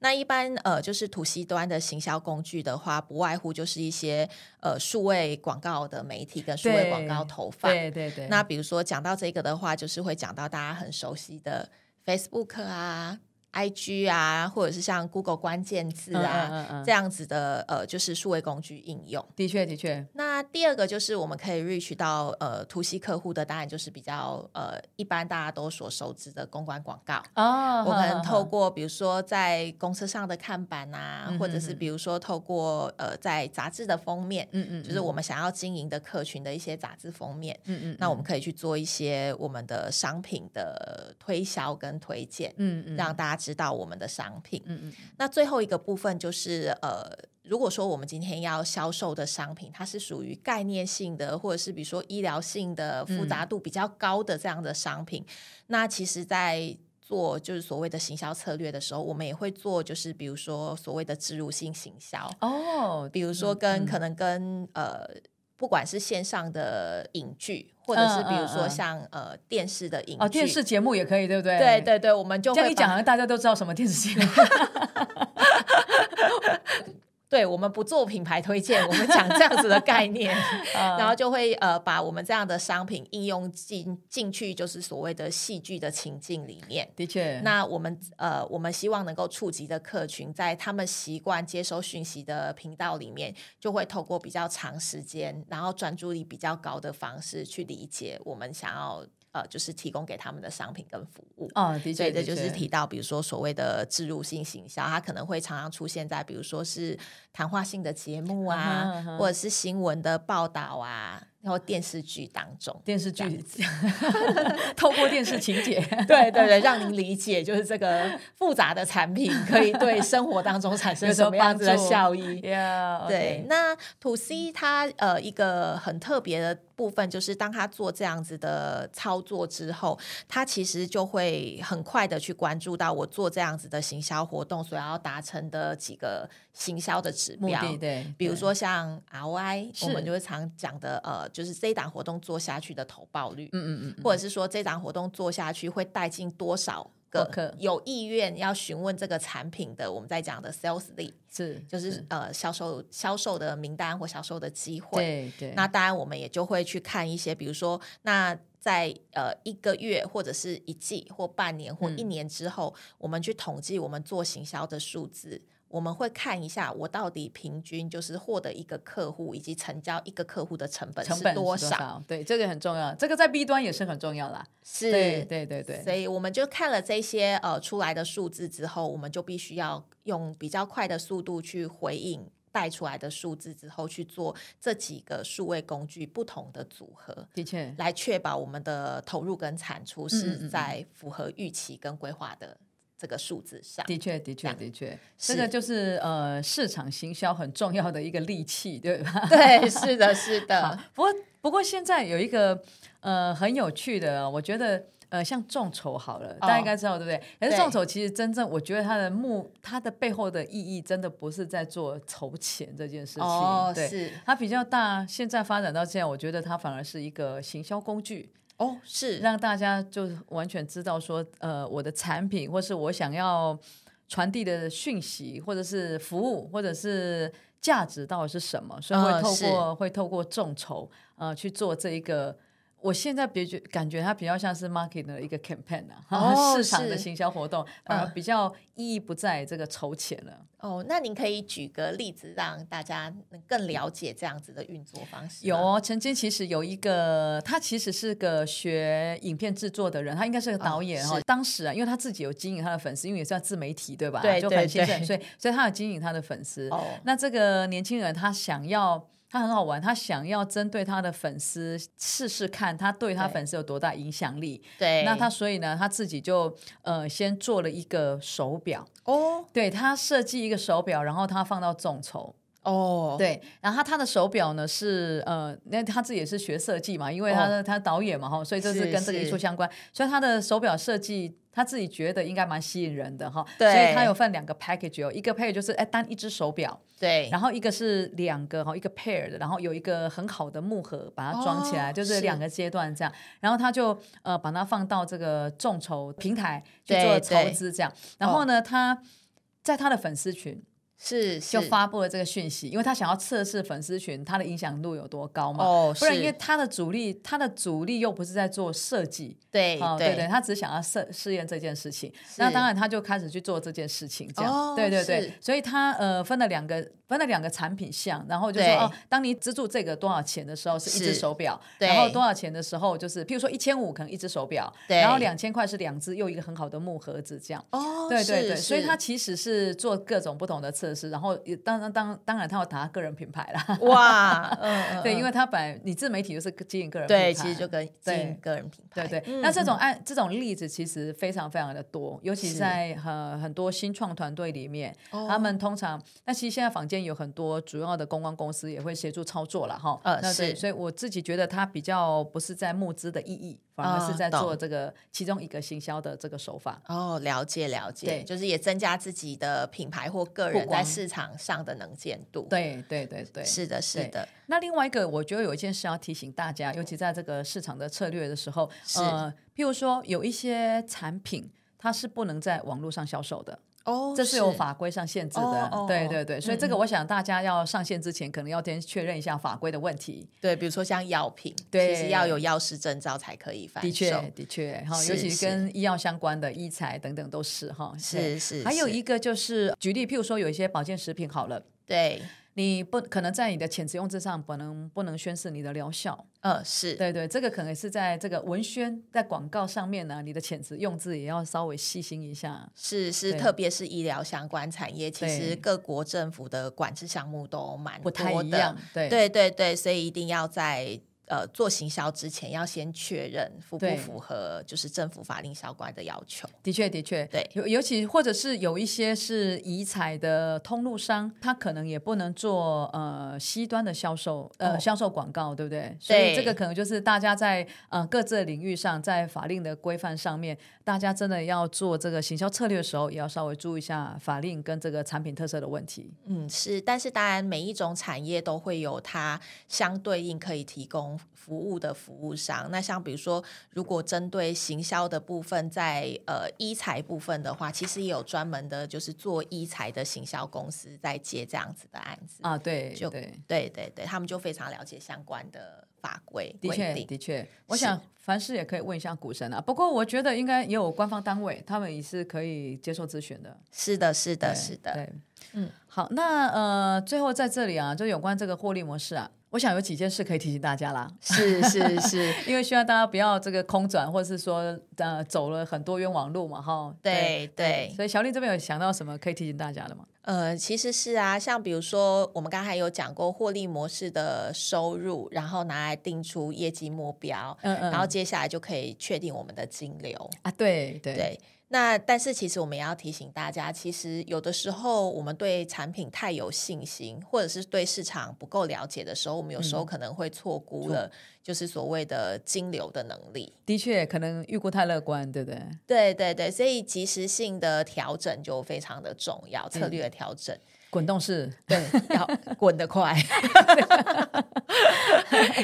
那一般呃，就是 to C 端的行销工具的话，不外乎就是一些呃数位广告的媒体跟数位广告投放。
对对对，
那比如说讲到这个的话，就是会讲到大家很熟悉的 Facebook 啊、IG 啊，或者是像 Google 关键字啊、
嗯嗯嗯嗯
这样子的呃，就是数位工具应用。
的确的确，
那第二个就是我们可以 reach 到呃突袭客户的，当然就是比较呃一般大家都所熟知的公关广告。
哦
我
好
可能
好
透
好
过比如说在公车上的看板啊，
嗯哼
或者是
哼
比如说透过呃在杂志的封面，
嗯嗯，
就是
嗯
我们想要经营的客群的一些杂志封面，
嗯嗯，
那我们可以去做一些我们的商品的推销跟推荐，
嗯嗯
让大家知道我们的商品。
嗯嗯
那最后一个部分就是呃，如果说我们今天要销售的商品，它是属于概念性的，或者是比如说医疗性的、复杂
嗯
度比较高的这样的商品，那其实，在做就是所谓的行销策略的时候，我们也会做，就是比如说所谓的植入性行销，
哦，
比如说跟、可能跟呃，不管是线上的影剧，或者是比如
嗯嗯
说
嗯
像、呃电视的影剧，
哦电视节目也可以，对不对？
对。对对，我们就
这样
会
一讲，
把
好像大家都知道什么电视节 目。
对，我们不做品牌推荐，我们讲这样子的概 念，
嗯
然后就会呃把我们这样的商品应用进进去，就是所谓的戏剧的情境里面。
的确，
那我们呃，我们希望能够触及的客群，在他们习惯接收讯息的频道里面，就会透过比较长时间，然后专注力比较高的方式去理解我们想要呃，就是提供给他们的商品跟服务。
哦，的
所以
确，
这
的
就
确
是提到，比如说所谓的植入性行销，它可能会常常出现在，比如说是谈话性的节目
啊哈
啊
啊，哈
或者是新闻的报道啊，然后电视剧当中。
电视剧， 透过电视情节，
对对对，让您理解就是这个复杂的产品可以对生活当中 产
有
生
什么
什么样子的
帮助
效益。
呀，
对，那 to C 它呃一个很特别的部分就是，当他做这样子的操作之后，他其实就会很快的去关注到我做这样子的行销活动所要达成的几个行销的指
目
标。
的对，
比如说像 ROI，
是
我们就会常讲的，呃，就是这一档活动做下去的投报率，
对，嗯嗯嗯，
或者是说这档活动做下去会带进多少
顾客
个有意愿要询问这个产品的，我们在讲的 sales lead。
是，
就是呃销售销售的名单或销售的机会。
对对，
那当然，我们也就会去看一些，比如说那。在呃一个月或者是一季或半年或
嗯
一年之后，我们去统计我们做行销的数字，我们会看一下我到底平均就是获得一个客户以及成交一个客户的成本
成本是
多
多
少。？
对，这个很重要，这个在 B 端也是很重要啦。
是
对对对对，
所以我们就看了这些呃出来的数字之后，我们就必须要用比较快的速度去回应带出来的数字之后，去做这几个数位工具不同的组合，
的确。
来确保我们的投入跟产出
嗯嗯嗯
是在符合预期跟规划的这个数字上。
的确，的确，
样
的确，
是
这个就是呃市场行销很重要的一个利器，对吧？
对，是的，是
好
的，
不过不过现在有一个呃很有趣的，我觉得呃像众筹好了，大家应该知道对不对？可是
哦对
众筹其实真正我觉得它的目它的背后的意义，真的不是在做筹钱这件事情，
哦，
对。
是，
它比较大，现在发展到现在，我觉得它反而是一个行销工具，
哦，是，
让大家就完全知道说，呃，我的产品或是我想要传递的讯息，或者是服务，或者是价值到底是什么，所以会
嗯
透
是
过、会透过众筹呃去做这一个。我现在别觉感觉它比较像是 market 的一个 campaign 啊，
哦
市场的
是嗯
行销活动，反而比较意义不在这个筹钱了。
哦，那您可以举个例子，让大家能更了解这样子的运作方式。
有，哦，曾经其实有一个，他其实是个学影片制作的人，他应该是个导演哦。
是
当时啊，因为他自己有经营他的粉丝，因为也是要自媒体对吧？
对
就
对
很兴
对
盛，所以所以他有经营他的粉丝。
哦，
那这个年轻人他想要。他很好玩，他想要针对他的粉丝试试看，他对他
对
粉丝有多大影响力。
对，
那他所以呢，他自己就呃先做了一个手表，
哦
对他设计一个手表，然后他放到众筹，
哦，
对，然后他他的手表呢是呃，那他自己也是学设计嘛，因为他的、他导演嘛哈，所以这是
哦是
跟这个艺术
是
相关，所以他的手表设计他自己觉得应该蛮吸引人的哈，
对
所以他有分两个 package 哦，一个 package 就是哎单一只手表，
对，
然后一个是两个哈，一个 pair 的，然后有一个很好的木盒把它装起来，
哦
就是
是
两个阶段这样。然后他就呃把它放到这个众筹平台去
对
做
对
筹资这样。然后呢，他在他的粉丝群
是
就是发布了这个讯息，因为他想要测试粉丝群他的影响度有多高嘛。
哦，
不然，
是
因为他的主力，他的主力又不是在做设计，
对
哦，对
对
对，他只想要试试验这件事情，那
是
当然他就开始去做这件事情，这样，
哦
对对对
是，
所以他呃分了两个分了两个产品项，然后就说
对
哦，当你资助这个多少钱的时候是一只
是
手表，
对
然后多少钱的时候就是，譬如说一千五可能一只手表，
对
然后两千块是两只又一个很好的木盒子这样。
哦，
对对
是
对，所以
是
他其 实是做各种不同的测试，然后也当然当当然他要打个人品牌啦，
哇，嗯，
对，因
为
为他本来你自媒体就是经营个人品牌，
对，其实就跟经
对
营个人品牌，
对对，
嗯
那这种案这种例子其实非常非常的多，尤其
是
在呃很多新创团队里面，
哦
他们通常那其实现在坊间有很多主要的公关公司也会协助操作了哈。
呃
那对
是
所以我自己觉得它比较不是在募资的意义，反而是
啊
在做
懂
这个其中一个行销的这个手法。
哦，了解了
对
解，就是也增加自己的品牌或个
曝
人
光
在市场上的能见度。，
对对对对，
是的，是
对
的，
那另外一个，我觉得有一件事要提醒大家，尤其在这个市场的策略的时候，
是
呃，譬如说有一些产品，它是不能在网络上销售的。
哦
这是有法规上限制的，
哦哦
对
哦
对对，所以这个我想大家要上线之前，可能要先确认一下法规的问题。
对，比如说像药品，
对
其实要有药师证照才可以贩售，
的确，的确，哈，尤
是
其
是
跟医药相关的医材等等都是哈。对。
是是，
还有
是
一个就是举例，譬如说有一些保健食品好了，
对，
你不可能在你的遣词用字上不能不能宣示你的疗效，
嗯，是，
对对，这个可能是在这个文宣在广告上面呢，你的遣词用字也要稍微细心一下。
是是，
对
特别是医疗相关产业，其
对
实各国政府的管制项目都蛮
不太
多
一
的
样对
对对对，所以一定要在。呃，做行销之前要先确认符
对
不符合就是政府法令相关的要求。
的确，的确，
对
尤尤其或者是有一些是移采的通路商，他可能也不能做呃 C 端的销售，呃、
哦
销售广告，对不对？所以这个可能就是大家在呃各自的领域上，在法令的规范上面，大家真的要做这个行销策略的时候，也要稍微注意一下法令跟这个产品特色的问题。
嗯，是，但是当然，每一种产业都会有它相对应可以提供服务的服务商。那像比如说，如果针对行销的部分，在呃医材部分的话，其实也有专门的，就是做医材的行销公司在接这样子的案子。
啊，对
就
对。
对对对，他们就非常了解相关的法规
的
规
确，
定。
的确，我想凡事也可以问一下股神啊。不过我觉得应该也有官方单位，他们也是可以接受咨询的。
是的，是的，
对
是的，
对，嗯
嗯，
好，那呃，最后在这里啊，就有关这个获利模式啊，我想有几件事可以提醒大家啦。
是是是，
因为希望大家不要这个空转，或是说呃走了很多冤枉路嘛，哈。嗯
对对。
所以小丽这边有想到什么可以提醒大家的吗？
呃，其实是啊，像比如说我们刚才有讲过获利模式的收入，然后拿来定出业绩目标，
嗯嗯。
然后接下来就可以确定我们的金流。
啊，对对
对，那但是其实我们也要提醒大家，其实有的时候我们对产品太有信心，或者是对市场不够了解的时候，我们有
嗯
时候可能会错估了，就是所谓的金流的能力。
的确可能预估太乐观，对不对？
对对对，所以及时性的调整就非常的重要，策
嗯
略的调整。
滚动式，
对， 要滚得快，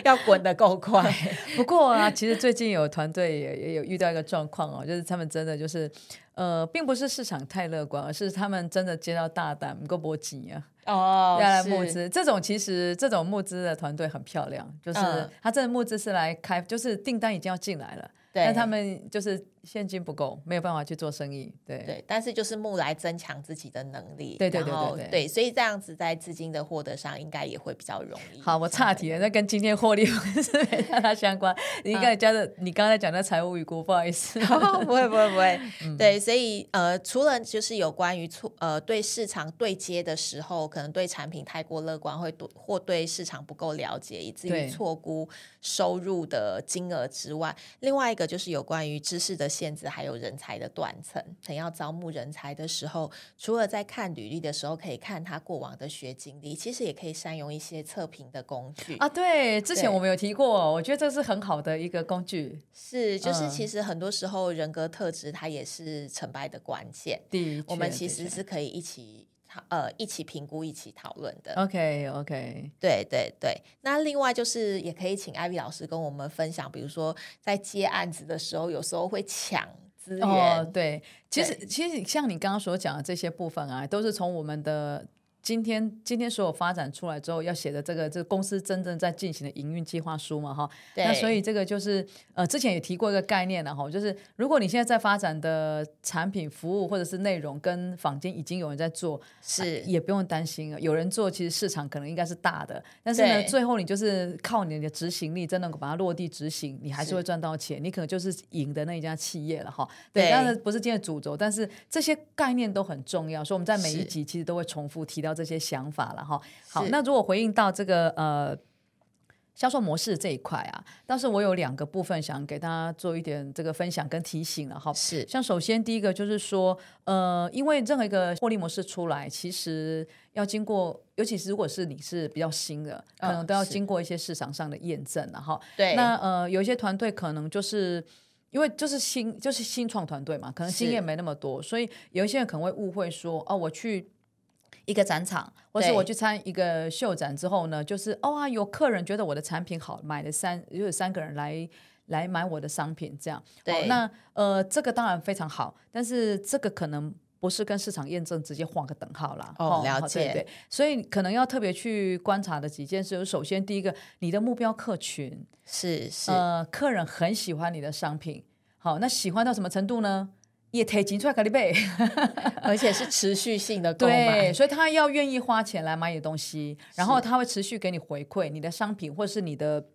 要滚得 够快。
不过啊，其实最近有团队也也有遇到一个状况哦，就是他们真的就是，呃，并不是市场太乐观，而是他们真的接到大单，够波及啊，
哦
要来募，资。这种其实这种募资的团队很漂亮，就是
嗯
他这募资是来开，就是订单已经要进来了，
对
但他们就是现金不够，没有办法去做生意，对。
对，但是就是木来增强自己的能力，
对对对
然后
对对
对，所以这样子在资金的获得上应该也会比较容易。
好，我岔题了，那跟今天获利是没太大相
嗯
关。你刚才讲的，你刚才讲的财务预估，不好意思。
不会不会不会，
嗯
对，所以呃，除了就是有关于错呃对市场对接的时候，可能对产品太过乐观，会多或对市场不够了解，以至于
对
错估收入的金额之外，另外一个就是有关于知识的限制，还有人才的断层。可能要招募人才的时候，除了在看履历的时候可以看他过往的学经历，其实也可以善用一些测评的工具
啊，对，之前
对
我们有提过，我觉得这是很好的一个工具。
是，就是
嗯
其实很多时候人格特质它也是成败的关键。
的
我们
确
其
的
实
确
是可以一起讨呃一起评估、一起讨论的。
OK OK，
对对对。那另外就是也可以请艾薇老师跟我们分享，比如说在接案子的时候，有时候会抢资源。
哦，对，其实
对
其实像你刚刚所讲的这些部分啊，都是从我们的。今天今天所有发展出来之后，要写的这个这个公司真正在进行的营运计划书嘛，哈，
对
那所以这个就是呃，之前也提过一个概念了哈，就是如果你现在在发展的产品、服务或者是内容跟坊间已经有人在做，
是
也不用担心了。有人做，其实市场可能应该是大的，但是呢，
对
最后你就是靠你的执行力，真的把它落地执行，你还是
是
会赚到钱，你可能就是赢的那一家企业了哈。
对
对，当然不是今天的主轴，但是这些概念都很重要，所以我们在每
是
一集其实都会重复提到这些想法了哈。好，
是
那如果回应到这个呃。销售模式这一块啊，倒是我有两个部分想给大家做一点这个分享跟提醒了哈。
是
像首先第一个就是说，呃，因为任何一个获利模式出来，其实要经过，尤其是如果是你是比较新的，可能都要
啊是
经过一些市场上的验证了哈。
对
那呃，有一些团队可能就是。因为就是新就是新创团队嘛，可能经
是
验没那么多，所以有一些人可能会误会说，哦，我去一个展场，或是
对
我去参一个秀展之后呢，就是哦啊，有客人觉得我的产品好，买了三，有三个人来来买我的商品，这样。
对
哦、那呃，这个当然非常好，但是这个可能。不是跟市场验证直接画个等号啦。
哦了
好
解
对对，所以可能要特别去观察的几件事，首先第一个，你的目标客群，
是是、
呃，客人很喜欢你的商品，好，那喜欢到什么程度呢？也提钱出来给你买，
而且是持续性的购
对，
买。
所以他要愿意花钱来买你的东西，然后他会持续给你回馈你的商品或是你的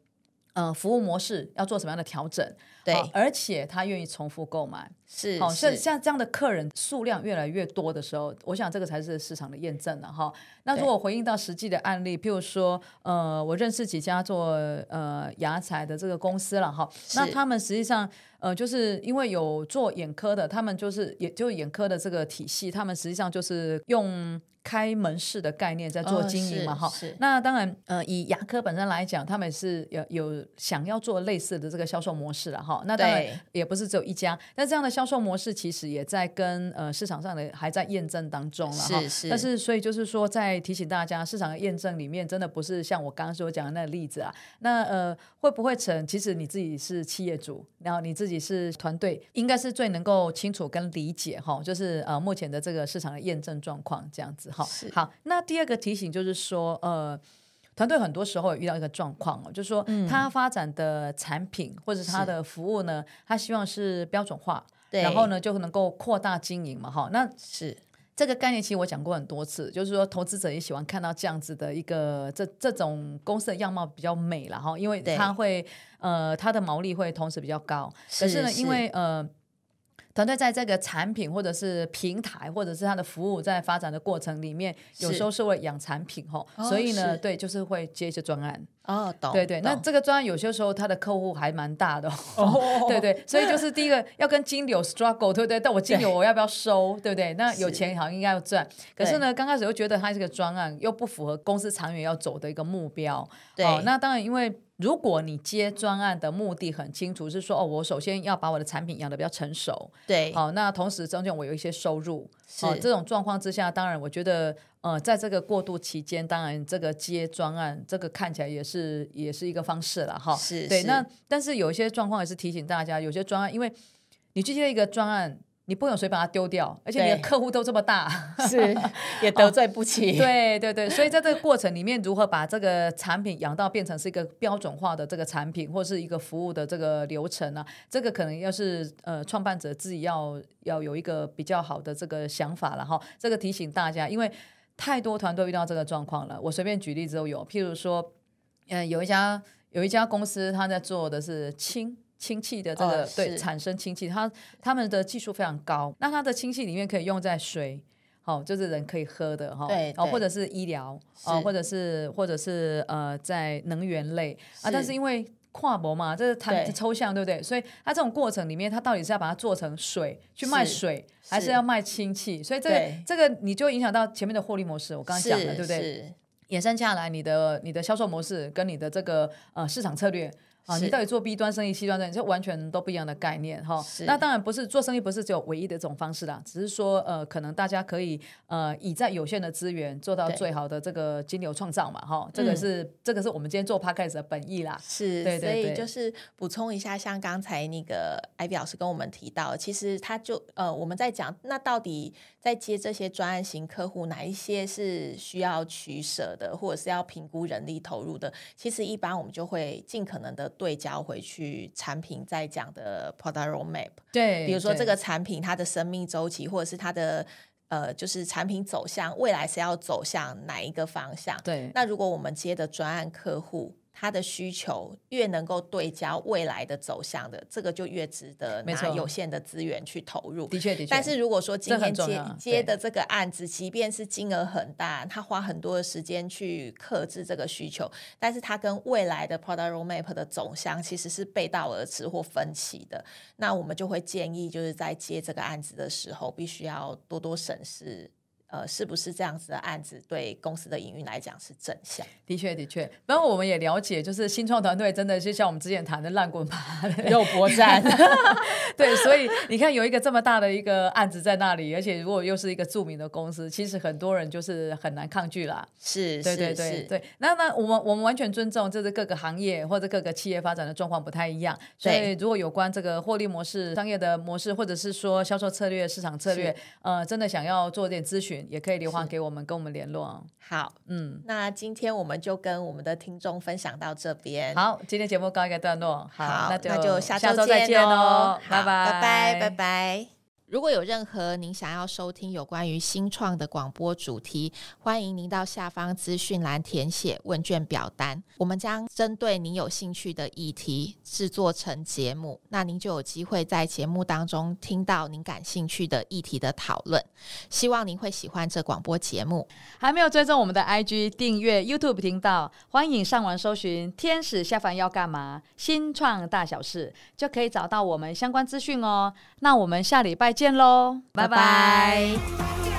呃服务模式要做什么样的调整，
对
好而且他愿意重复购买，
是
好，像
是
像这样的客人数量越来越多的时候，我想这个才是市场的验证了哈。那
对
如果回应到实际的案例，譬如说，呃，我认识几家做呃牙材的这个公司了哈，那他们实际上呃，就是因为有做眼科的，他们就是也就眼科的这个体系，他们实际上就是用。开门式的概念在做
哦
经
是
营嘛，哈、
是
那当然，呃，以牙科本身来讲，他们也是有有想要做类似的这个销售模式了哈。那当然
对
也不是只有一家，但这样的销售模式其实也在跟呃市场上的还在验证当中了哈。
是是
但是所以就是说，在提醒大家，市场的验证里面真的不是像我刚刚所讲的那个例子啊。那呃，会不会成？其实你自己是企业主，然后你自己是团队，应该是最能够清楚跟理解哈，就是呃目前的这个市场的验证状况这样子哈
是。
好，那第二个提醒就是说呃。团队很多时候也遇到一个状况哦，就是说他发展的产品或者他的服务呢，他希望是标准化，
对
然后呢就能够扩大经营嘛，哈。那
是
这个概念其实我讲过很多次，就是说投资者也喜欢看到这样子的一个这这种公司的样貌比较美了哈，因为
对
它会呃它的毛利会同时比较高，可
是
是呢，
是
因为呃。团队在这个产品或者是平台或者是它的服务在发展的过程里面，有
是
时候是会养产品吼，
哦
所以呢，
是
对，就是会接一些专案。
哦，懂，
对对，那
懂
这个专案有些时候它的客户还蛮大的、 哦，
哦
对对，所以就是第一 个要跟金流 struggle，对不对？但我金流
对
我要不要收，对不对？那有
是
钱好像应该要赚，可是呢，刚开始又觉得它这个专案又不符合公司长远要走的一个目标，
对
哦，那当然因为。如果你接专案的目的很清楚，是说哦，我首先要把我的产品养得比较成熟，
对，
好、那同时中间我有一些收入，哦，
是
这种状况之下，当然我觉得，呃，在这个过渡期间，当然这个接专案，这个看起来也是也是一个方式了哈。
是
对，
是
那 但是有一些状况也是提醒大家，有些专案，因为你去接一个专案，你不能随便把它丢掉，而且你的
对
客户都这么大，
是也得罪不起，
对对对，所以在这个过程里面，如何把这个产品养到变成是一个标准化的这个产品，或是一个服务的这个流程啊，这个可能要是呃创办者自己要要有一个比较好的这个想法了哈。这个提醒大家，因为太多团队遇到这个状况了。我随便举例子都有，譬如说，嗯、有一家有一家公司，他在做的是氢。氢气的这个、
哦
对
是
产生氢气，它他们的技术非常高。那它的氢气里面可以用在水，好、就是人可以喝的哈，
对
哦，
对
或者是医疗，哦，
是
或者是或者是呃，在能源类啊，
是
但是因为跨博嘛，这是它
对
抽象，对不对？所以它这种过程里面，它到底是要把它做成水去卖
是
水，还是
是
要卖氢气？所以这个
对
这个你就影响到前面的获利模式，我刚刚
是
讲了，对不对？
是
衍生下来，你的你的销售模式跟你的这个呃市场策略。啊，
是
你到底做 B 端生意、C 端生意，这完全都不一样的概念哈。
是
那当然不是做生意，不是只有唯一的一种方式啦，只是说呃，可能大家可以呃，以在有限的资源做到
对
最好的这个金流创造嘛哈。这个
嗯
是、这个是我们今天做 podcast 的本意啦。
是，
对对
所
对
以就是补充一下，像刚才那个艾比老师跟我们提到，其实他就呃我们在讲，那到底在接这些专案型客户，哪一些是需要取舍的，或者是要评估人力投入的？其实一般我们就会尽可能的对焦回去产品在讲的 product roadmap，
对，
比如说
对
这个产品它的生命周期，或者是它的呃就是产品走向，未来是要走向哪一个方向？
对
那如果我们接的专案客户，他的需求越能够对焦未来的走向的，这个就越值得
没
拿
错
有限的资源去投入。
的确的确，
但是如果说今
这很
天
重
接
要
接的这个案子，即便是金额很大，他花很多的时间去克制这个需求，但是它跟未来的 product roadmap 的走向其实是背道而驰或分歧的。那我们就会建议，就是在接这个案子的时候，必须要多多审视。呃，是不是这样子的案子对公司的营运来讲是正向？
的确的确，然后我们也了解，就是新创团队真的就像我们之前谈的烂滚耙，
肉搏 战，
对，所以你看有一个这么大的一个案子在那里，而且如果又是一个著名的公司，其实很多人就是很难抗拒啦。
是，
对对
是
对
是
对，那那我们我们完全尊重，这是各个行业或者各个企业发展的状况不太一样，所以
对
如果有关这个获利模式、商业的模式，或者是说销售策略、市场策略
是，
呃，真的想要做点咨询，也可以留话
是
给我们，跟我们联络啊。
好，
嗯，
那今天我们就跟我们的听众分享到这边。
好，今天节目告一个段落，
好，
那
那就下
周
周
再见
哦
哦，，拜
好拜拜，
拜
拜。拜。如果有任何您想要收听有关于新创的广播主题，欢迎您到下方资讯栏填写问卷表单，我们将针对您有兴趣的议题制作成节目，那您就有机会在节目当中听到您感兴趣的议题的讨论。希望您会喜欢这广播节目。
还没有追踪我们的 IG 订阅 YouTube 频道，欢迎上网搜寻“天使下凡要干嘛”新创大小事，就可以找到我们相关资讯哦。那我们下礼拜见喽，拜拜
拜拜
Thank